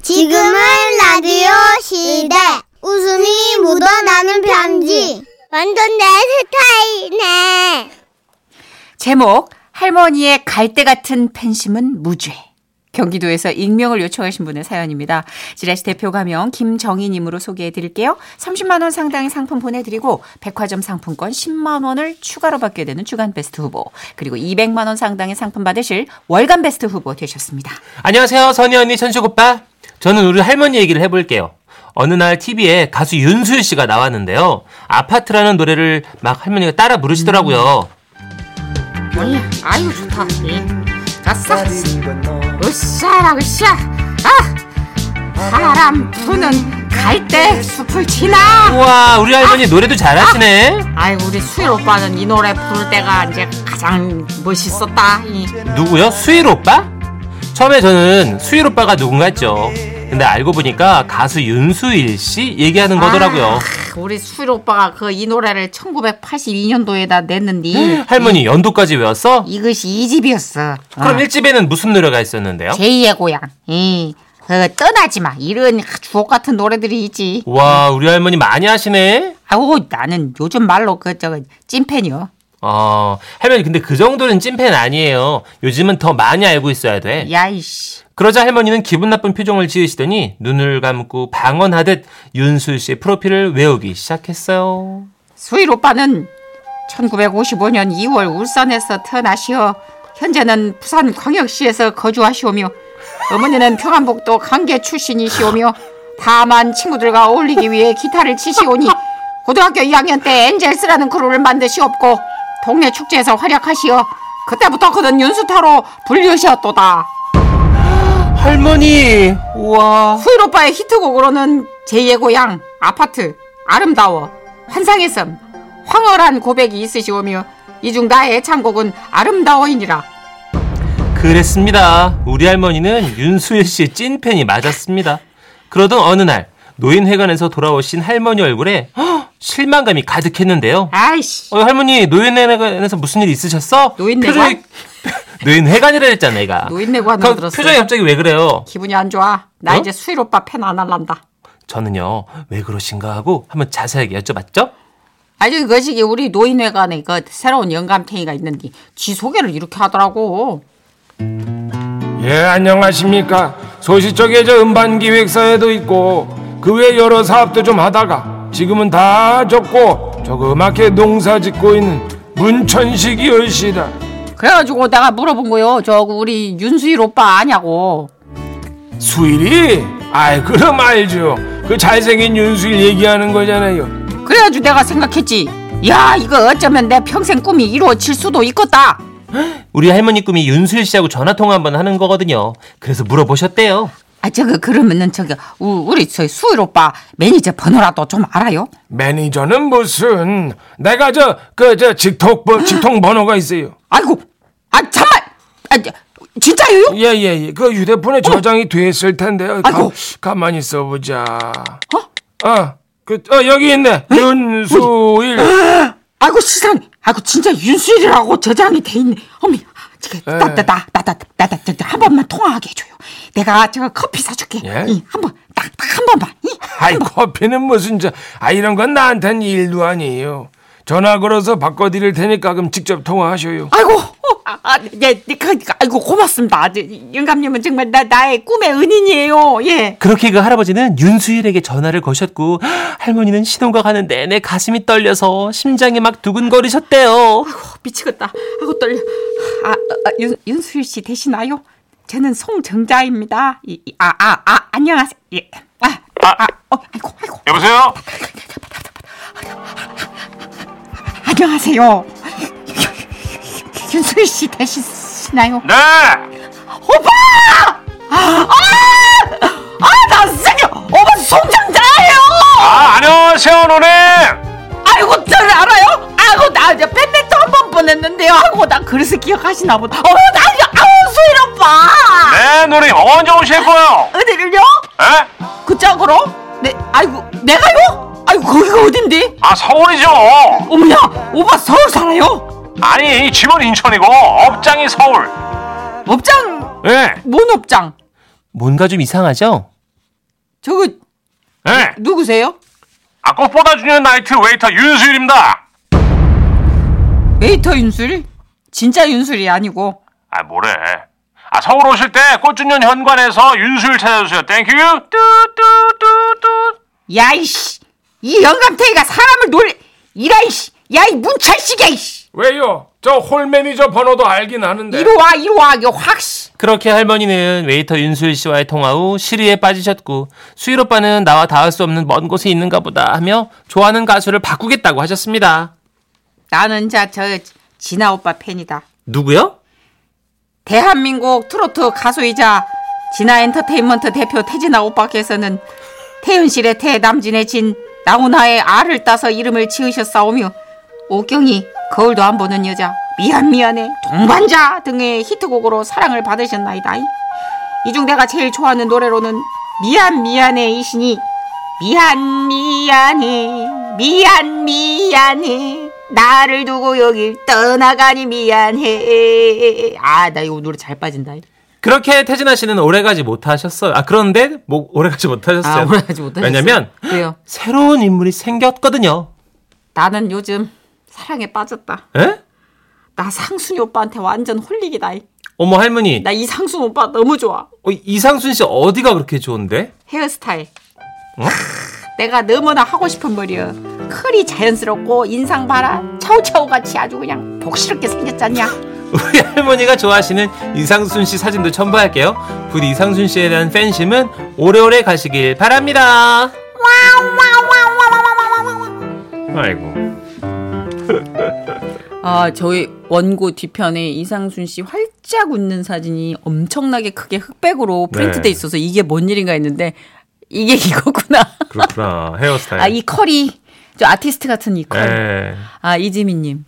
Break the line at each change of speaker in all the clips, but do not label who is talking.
지금은 라디오 시대. 웃음이 묻어나는 편지. 완전 내 스타일이네.
제목 할머니의 갈대 같은 팬심은 무죄. 경기도에서 익명을 요청하신 분의 사연입니다. 지라시 대표 가명 김정희님으로 소개해 드릴게요. 30만 원 상당의 상품 보내드리고 백화점 상품권 10만 원을 추가로 받게 되는 주간 베스트 후보 그리고 200만 원 상당의 상품 받으실 월간 베스트 후보 되셨습니다.
안녕하세요, 선희 언니, 천식 오빠. 저는 우리 할머니 얘기를 해볼게요. 어느 날 TV에 가수 윤수유 씨가 나왔는데요. 아파트라는 노래를 막 할머니가 따라 부르시더라고요.
아유 좋다. 아싸. 으쌰라 으쌰. 아 바람 부는 갈대 숲을 지나.
우와, 우리 할머니 노래도 잘하시네.
아이 우리 수일 오빠는 이 노래 부를 때가 이제 가장 멋있었다. 이.
누구요? 수일 오빠? 처음에 저는 수일 오빠가 누군가 했죠. 근데 알고 보니까 가수 윤수일 씨 얘기하는 거더라고요.
아, 우리 수일 오빠가 그 이 노래를 1982년도에다 냈는데
할머니 연도까지 외웠어?
이것이 이 집이었어.
음. 그럼 1집에는 무슨 노래가 있었는데요?
아. 제2의 고향. 이. 그 떠나지 마 이런 주옥 같은 노래들이 있지.
와, 우리 할머니 많이 하시네.
아우 나는 요즘 말로 그저 찐팬이요.
어, 할머니 근데 그 정도는 찐팬 아니에요. 요즘은 더 많이 알고 있어야
예.
돼.
야이씨.
그러자 할머니는 기분 나쁜 표정을 지으시더니 눈을 감고 방언하듯 윤수일 씨의 프로필을 외우기 시작했어요.
수일 오빠는 1955년 2월 울산에서 태어나시어 현재는 부산 광역시에서 거주하시오며 어머니는 평안북도 강계 출신이시오며 다만 친구들과 어울리기 위해 기타를 치시오니 고등학교 2학년 때 엔젤스라는 그룹을 만드시옵고 동네 축제에서 활약하시어 그때부터 그는 윤수타로 불리시었도다.
할머니, 우와.
수일 오빠의 히트곡으로는 제2의 고향, 아파트, 아름다워, 환상의 섬, 황홀한 고백이 있으시오며 이중 나의 애창곡은 아름다워이니라.
그랬습니다. 우리 할머니는 윤수일 씨의 찐팬이 맞았습니다. 그러던 어느 날 노인회관에서 돌아오신 할머니 얼굴에 헉, 실망감이 가득했는데요.
아이씨.
어, 할머니 노인회관에서 무슨 일 있으셨어?
노인회관?
표정이- 노인회관이라 했잖아 내가.
노인네관으로
그
들었어.
표정이 갑자기 왜 그래요?
기분이 안 좋아. 나
어?
이제 수일 오빠 팬 안 할란다.
저는요 왜 그러신가 하고 한번 자세하게 여쭤봤죠.
아니 그것이 우리 노인회관에 그 새로운 영감탱이가 있는데 지 소개를 이렇게 하더라고.
예, 안녕하십니까. 소시 쪽에 저 음반 기획사에도 있고 그 외 여러 사업도 좀 하다가 지금은 다 접고 조그맣게 농사 짓고 있는 문천식 이열씨다.
그래가지고 내가 물어본 거요. 저 우리 윤수일 오빠 아냐고.
수일이? 아이, 그럼 알죠. 그 잘생긴 윤수일 얘기하는 거잖아요.
그래가지고 내가 생각했지. 야 이거 어쩌면 내 평생 꿈이 이루어질 수도 있겠다.
우리 할머니 꿈이 윤수일 씨하고 전화 통화 한번 하는 거거든요. 그래서 물어보셨대요.
아 저거 그러면은 저기 우- 우리 저 수일 오빠 매니저 번호라도 좀 알아요?
매니저는 무슨 내가 저 그 저 직통 번- 직통 번호가 있어요.
아이고 아 참말 아 저- 진짜요?
예예예. 그 휴대폰에 저장이 돼 있을 텐데. 요
어? 아이고.
가만히 있어 보자. 어? 어. 그, 어, 여기 있네.
어?
윤수일.
아이고 시상 아이고 진짜 윤수일이라고 저장이 돼 있네. 어미 저기 나나나나나나한 번만 통화하게 해줘요. 내가 저거 커피 사줄게.
예?
이, 한 번, 딱, 딱 한 번만. 이,
아이, 커피는 무슨, 저, 아, 이런 건 나한텐 일도 아니에요. 전화 걸어서 바꿔드릴 테니까 그럼 직접 통화하셔요.
아이고, 어, 아, 아, 예, 그, 그, 아이고 고맙습니다. 아, 저, 이, 영감님은 정말 나 나의 꿈의 은인이에요. 예.
그렇게 그 할아버지는 윤수일에게 전화를 거셨고 할머니는 시동과 가는 내내 가슴이 떨려서 심장이 막 두근거리셨대요.
어, 미치겠다. 하고 떨려. 아, 아, 윤, 윤수일 씨 되시나요? 저는 송정자입니다. 이, 이, 아, 아, 아, 안녕하세요. 예. 아, 아, 아, 어, 아이고, 아이고.
여보세요?
안녕하세요. 윤수일 씨 되시나요?
네!
오빠! 아, 아, 나 생겨. 오빠 송정자예요.
아, 안녕하세요, 누님!
아이고, 저를 알아요? 아이고, 나 이제 팬데도 한번 보냈는데요. 아이고, 나 그래서 기억하시나 보다. 어, 나 이거 아우 수일 오빠.
네, 누님, 언제 오실 거요?
어디를요?
예?
그쪽으로? 네, 아이고, 내가요? 아이고, 거기가 어딘데?
아, 서울이죠!
어머야, 오빠 서울 살아요?
아니, 이 집은 인천이고, 업장이 서울.
업장,
예.
뭔 업장?
뭔가 좀 이상하죠?
저거
네,
누구세요?
아 꽃보다 중요한 나이트 웨이터 윤수일입니다.
웨이터 윤술? 진짜 윤술이 아니고
아 뭐래? 아 서울 오실 때 꽃중년 현관에서 윤수일 찾아주세요. 땡큐. 뚜뚜뚜뚜.
야이씨 이 영감탱이가 사람을 놀 이라이씨 야이 문찰식이야 이씨
왜요? 저 홀 매니저 번호도 알긴 하는데.
이리 와 이리 와 이거 확씨
그렇게 할머니는 웨이터 윤수일 씨와의 통화 후 시리에 빠지셨고 수일 오빠는 나와 닿을 수 없는 먼 곳에 있는가 보다 하며 좋아하는 가수를 바꾸겠다고 하셨습니다.
나는 자 저 진아 오빠 팬이다
누구요?
대한민국 트로트 가수이자 진아 엔터테인먼트 대표 태진아 오빠께서는 태윤실의 태 남진의 진 나훈아의 알을 따서 이름을 지으셨사오며 옥경이 거울도 안 보는 여자 미안 미안해 동반자 등의 히트곡으로 사랑을 받으셨나이다 이 중 내가 제일 좋아하는 노래로는 미안 미안해 이시니 미안 미안해 미안 미안해 나를 두고 여길 떠나가니 미안해 아 나 이거 노래 잘 빠진다 아,
그렇게 태진아 씨는 오래가지 못하셨어요. 아 그런데 뭐 오래가지 못하셨어요.
아 오래하지 못하셨어
왜냐면
왜요
새로운 인물이 생겼거든요.
나는 요즘 사랑에 빠졌다
에?
나 상순이 오빠한테 완전 홀릭이다
어머 할머니
나 이 상순 오빠 너무 좋아
어, 이상순 씨 어디가 그렇게 좋은데?
헤어스타일 내가 너무나 하고 싶은 머리야 컬이 자연스럽고 인상 봐라 차우차우같이 아주 그냥 복스럽게 생겼잖냐
우리 할머니가 좋아하시는 이상순 씨 사진도 첨부할게요. 부디 이상순 씨에 대한 팬심은 오래오래 가시길 바랍니다. 아이고.
아, 저희 원고 뒤편에 이상순 씨 활짝 웃는 사진이 엄청나게 크게 흑백으로 프린트돼
네.
있어서 이게 뭔 일인가 했는데 이게 이거구나.
그렇구나. 헤어스타일.
아, 이 컬이 저 아티스트 같은 이 컬.
예.
아, 이지민 님.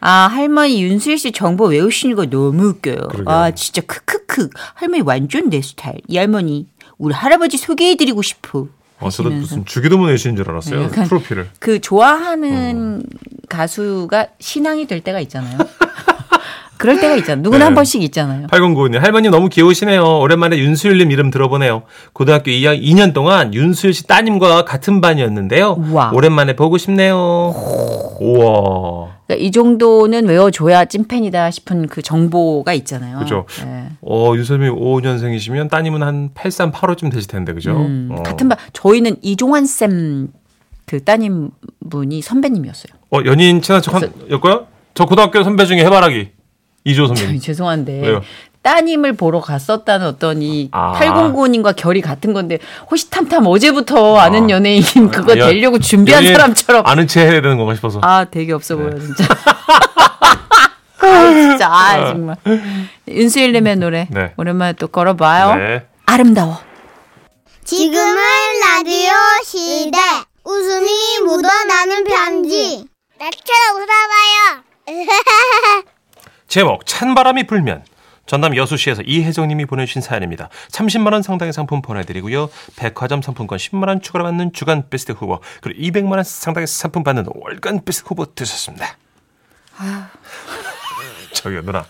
아, 할머니 윤수일 씨 정보 외우시는 거 너무 웃겨요. 아, 진짜 크크크. 할머니 완전 내 스타일. 이 할머니 우리 할아버지 소개해 드리고 싶어.
아, 저도
하시면서.
무슨 주기도문 내시는 줄 알았어요.
약간-
프로필을.
그 좋아하는
음.
가수가 신앙이 될 때가 있잖아요. 그럴 때가 있잖아요. 누구나
네.
한 번씩 있잖아요.
8095님, 할머님 너무 귀여우시네요. 오랜만에 윤수일님 이름 들어보네요. 고등학교 2학, 2년 동안 윤수일 씨 따님과 같은 반이었는데요.
우와.
오랜만에 보고 싶네요. 우와.
그러니까 이 정도는 외워줘야 찐팬이다 싶은 그 정보가 있잖아요.
그죠.
예.
어, 윤수일님 55년생이시면 따님은 한 83, 85쯤 되실 텐데, 그죠?
음,
어.
같은 반 저희는 이종환 쌤 그 따님 분이 선배님이었어요.
어, 연인 친한 척 한, 였고요? 저 고등학교 선배 중에 해바라기. 이조 선배님.
죄송한데
왜요?
따님을 보러 갔었다는 어떤 이
아.
809님과 결이 같은 건데 호시탐탐 어제부터 아는 연예인 그거
연-
되려고 준비한
연인
사람처럼
아는 네. 체 해야 되는 건가 싶어서.
아, 되게 없어 보여 진짜. 아, 진짜 아, 정말. 윤수일님의 노래
네.
오랜만에 또 걸어봐요.
네.
아름다워.
지금은 라디오 시대. 웃음이 묻어나는 편지. 나처럼 웃어봐요.
제목 찬바람이 불면 전남 여수시에서 이혜정님이 보내주신 사연입니다. 30만 원 상당의 상품 보내드리고요. 백화점 상품권 10만 원 추가로 받는 주간 베스트 후보 그리고 200만 원 상당의 상품 받는 월간 베스트 후보 되셨습니다.
아.
저기 누나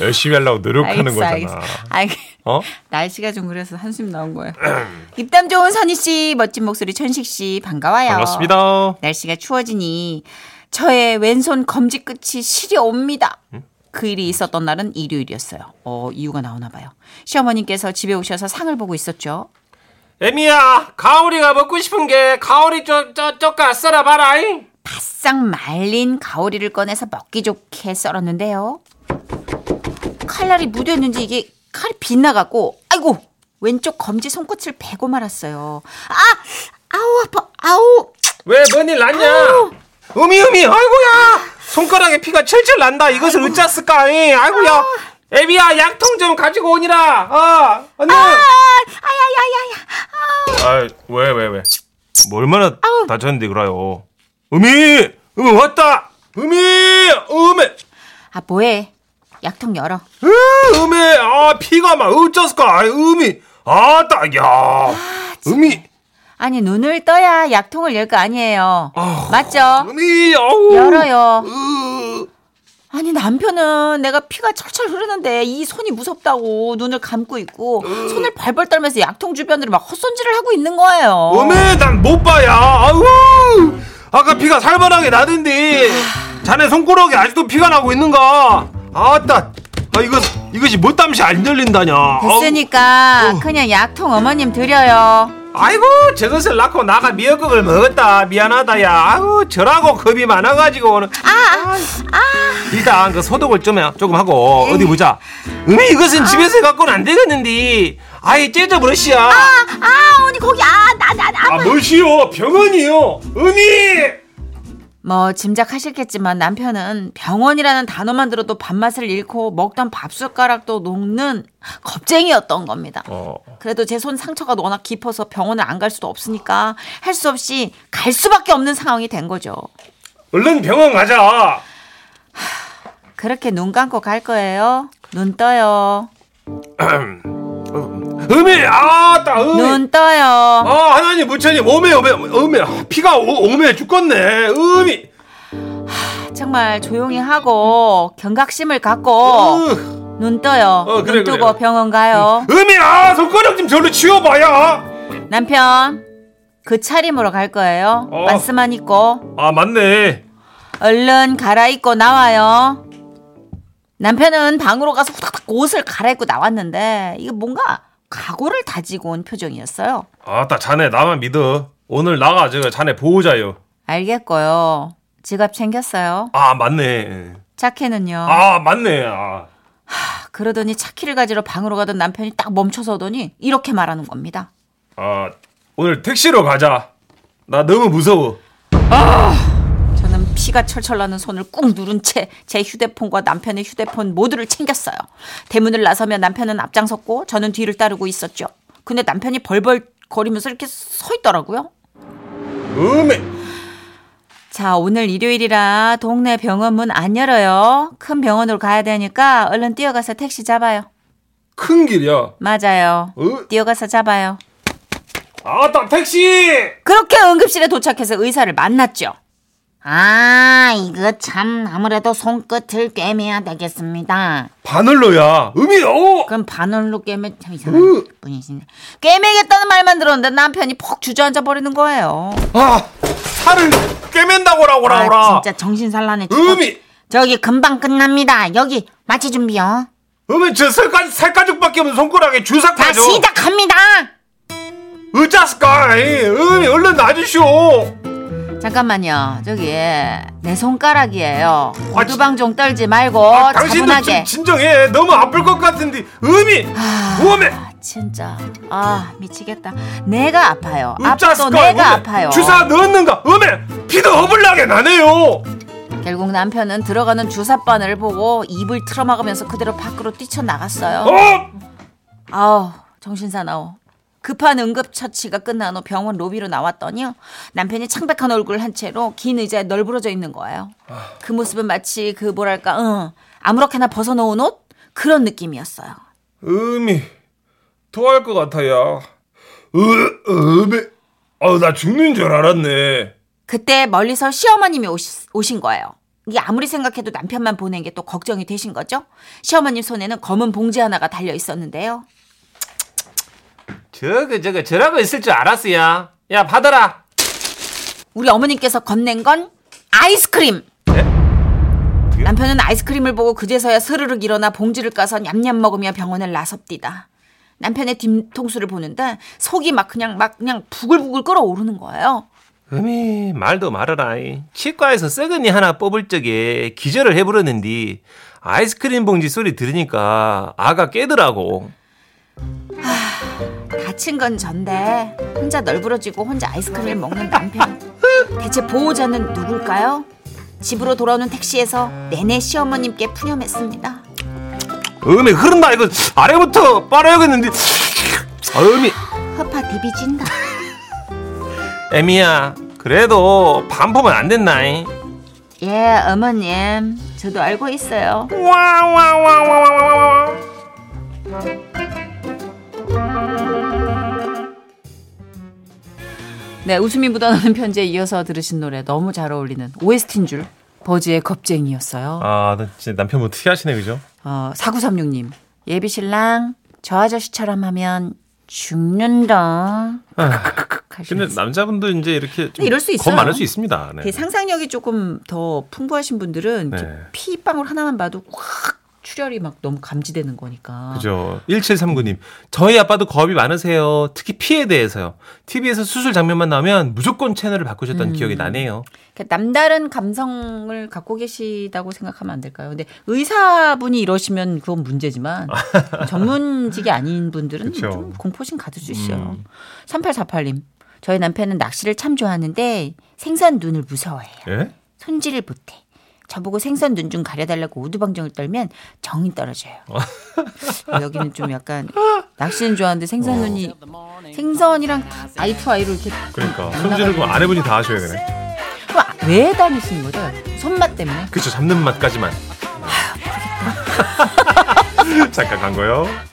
열심히 하려고 노력하는
알겠어,
거잖아.
알겠어. 알겠...
어?
날씨가 좀 그래서 한숨 나온 거예요. 입담 좋은 선희 씨, 멋진 목소리 천식 씨 반가워요.
반갑습니다.
날씨가 추워지니 저의 왼손 검지 끝이 시려옵니다.
음?
그 일이 있었던 날은 일요일이었어요. 어, 이유가 나오나 봐요. 시어머님께서 집에 오셔서 상을 보고 있었죠.
에미야, 가오리가 먹고 싶은 게 가오리 저저저가 썰어 봐라잉.
바싹 말린 가오리를 꺼내서 먹기 좋게 썰었는데요. 칼날이 무뎌있는지 이게 칼이 빗나갔고, 아이고! 왼쪽 검지 손끝을 베고 말았어요. 아! 아우, 아파! 아우!
왜 뭔일
어.
났냐? 음이 음이, 아이고야. 손가락에 피가 철철 난다. 이것을 어쩌었을까잉? 아이고야. 에미야, 약통 좀 가지고 오니라. 아, 언니.
아야야야야!
아왜 왜 왜? 뭐 얼마나 다쳤는데 그래요? 음이 음 왔다. 음이 음에
아, 뭐해? 약통 열어.
으, 음에 아 피가 막 어쩌스까 아, 음이 아따 야 음이
아니, 눈을 떠야 약통을 열 거 아니에요. 맞죠?
음이 어우
열어요. 아니 남편은 내가 피가 철철 흐르는데 이 손이 무섭다고 눈을 감고 있고 손을 발벌 떨면서 약통 주변으로 막 헛손질을 하고 있는 거예요.
어메 난 못 봐야 아우 아까 피가 살벌하게 나던데 자네 손가락에 아직도 피가 나고 있는가 아따 아 이거 이것이 뭐 땀시 안 열린다냐 아우. 어.
됐으니까 그냥 약통 어머님 드려요.
아이고 저것을 낳고 나가 미역국을 먹었다 미안하다야 아우 저라고 겁이 많아가지고 오늘 아, 음. 일단 그 소독을 좀 해- 조금 하고 어디 보자 음이 이것은 집에서 갖고는 안 되겠는데 아이 째져 버릇이야
아 언니 거기 아나나 나.
아 멋이요
어,
병원이요 음이
뭐 짐작하실겠지만 남편은 병원이라는 단어만 들어도 밥맛을 잃고 먹던 밥숟가락도 녹는 겁쟁이였던 겁니다.
어.
그래도 제 손 상처가 워낙 깊어서 병원을 안 갈 수도 없으니까 할 수 없이 갈 수밖에 없는 상황이 된 거죠.
얼른 병원 가자
그렇게 눈 감고 갈 거예요. 눈 떠요.
음이 아따 음이
눈 떠요.
아 하나님 부처님 오메 오메 오메 피가 오, 오메 죽겠네 음이
정말 조용히 하고 경각심을 갖고
으.
눈 떠요.
어, 그래,
눈 뜨고
그래.
병원 가요.
음이야 아, 손가락 좀 저로 치워봐야
남편 그 차림으로 갈 거예요.
어.
반스만 입고
아 맞네
얼른 갈아입고 나와요. 남편은 방으로 가서 후닥닥 옷을 갈아입고 나왔는데 이게 뭔가 각오를 다지고 온 표정이었어요.
아따 자네 나만 믿어 오늘 나가 제가 자네 보호자요
알겠고요. 지갑 챙겼어요.
아 맞네
차키는요.
아 맞네 아.
그러더니 차키를 가지러 방으로 가던 남편이 딱 멈춰서더니 이렇게 말하는 겁니다.
아 오늘 택시로 가자 나 너무 무서워
저는 피가 철철 나는 손을 꾹 누른 채 제 휴대폰과 남편의 휴대폰 모두를 챙겼어요. 대문을 나서며 남편은 앞장섰고 저는 뒤를 따르고 있었죠. 근데 남편이 벌벌 거리면서 이렇게 서 있더라고요.
음이
자, 오늘 일요일이라 동네 병원 문 안 열어요. 큰 병원으로 가야 되니까 얼른 뛰어가서 택시 잡아요.
큰 길이야
맞아요.
으.
뛰어가서 잡아요.
아따 택시
그렇게 응급실에 도착해서 의사를 만났죠.
아, 이거 참 아무래도 손끝을 꿰매야 되겠습니다.
바늘로야 음이 오
그럼 반월로 꿰매 참 이상한 분이신데 꿰매겠다는 말만 들었는데 남편이 퍽 주저앉아 버리는 거예요.
아 살을 꿰맨다고라 오라 오라
아, 진짜 정신 어, 산란해. 죽겠-
음이
저기 금방 끝납니다. 여기 마취 준비요.
음이 저 살가, 살가죽밖에 없는 손가락에 주사
자,
타죠
시작합니다.
으자스까 음이 얼른 놔주시오
잠깐만요. 저기 예. 내 손가락이에요. 고두방 종 떨지 말고
아, 당신도
어, 차분하게.
좀 진정해. 너무 아플 것 같은데 음이 몸에
아, 진짜 아 미치겠다. 내가 아파요.
읍자스가
아파도 내가
몸에
아파요.
주사 넣는가 음에 피도 허블나게 나네요.
결국 남편은 들어가는 주사바늘을 보고 입을 틀어막으면서 그대로 밖으로 뛰쳐나갔어요.
어
아우 정신 사나워 급한 응급처치가 끝난 후 병원 로비로 나왔더니요 남편이 창백한 얼굴 한 채로 긴 의자에 널브러져 있는 거예요 그 모습은 마치 그 뭐랄까 응 아무렇게나 벗어놓은 옷 그런 느낌이었어요
음이 토할 것 같아요. 으 음이 아나 죽는 줄 알았네.
그때 멀리서 시어머님이 오시- 오신 거예요 이게 아무리 생각해도 남편만 보낸 게 또 걱정이 되신 거죠 시어머님 손에는 검은 봉지 하나가 달려 있었는데요
저거 저거 저라고 있을 줄 알았어야. 야 받아라.
우리 어머님께서 건넨 건 아이스크림. 남편은 아이스크림을 보고 그제서야 스르륵 일어나 봉지를 까서 냠냠 먹으며 병원을 나섭디다. 남편의 뒤통수를 보는데 속이 막 그냥 막 그냥 부글부글 끓어오르는 거예요.
음이 말도 말아라. 치과에서 썩은이 하나 뽑을 적에 기절을 해버렸는데 아이스크림 봉지 소리 들으니까 아가 깨더라고.
다친 건 전데 혼자 널브러지고 혼자 아이스크림을 먹는 남편. 대체 보호자는 누굴까요? 집으로 돌아오는 택시에서 내내 시어머님께 푸념했습니다.
음이 흐른다 이거 아래부터 빨아야겠는데. 아, 음이
허파 디비진다.
애미야 그래도 반품은 안 됐나잉?
예, 어머님. 저도 알고 있어요. 네, 웃음이 묻어나는 편지에 이어서 들으신 노래 너무 잘 어울리는 OST인 줄 버즈의 겁쟁이였어요.
아, 나 진짜 남편분 특이하시네, 그죠?
어, 4936님. 예비신랑, 저 아저씨처럼 하면 죽는다.
근데 남자분도 이제 이렇게 좀
이럴 수 있어요.
겁 많을 수 있습니다. 네.
되게 그 상상력이 조금 더 풍부하신 분들은 이렇게
네.
피방울 하나만 봐도 확 출혈이 막 너무 감지되는 거니까.
그죠. 1739님. 저희 아빠도 겁이 많으세요. 특히 피에 대해서요. TV에서 수술 장면만 나오면 무조건 채널을 바꾸셨던 기억이 나네요.
그러니까 남다른 감성을 갖고 계시다고 생각하면 안 될까요? 근데 의사분이 이러시면 그건 문제지만 전문직이 아닌 분들은
그쵸. 음.
좀 공포심 가질 수 있어요. 3848님. 저희 남편은 낚시를 참 좋아하는데 생선 눈을 무서워해요.
예?
손질을 못해. 저보고 생선 눈 좀 가려달라고 우두방정을 떨면 정이 떨어져요. 여기는 좀 약간 낚시는 좋아하는데
어.
생선 눈이 생선이랑 아이 투 아이로 이렇게
그러니까. 손질을 그럼 아내분이 다 하셔야 되네.
그럼 왜 다니시는 거죠? 손맛 때문에?
그쵸. 잡는 맛까지만. 잠깐 간 거요.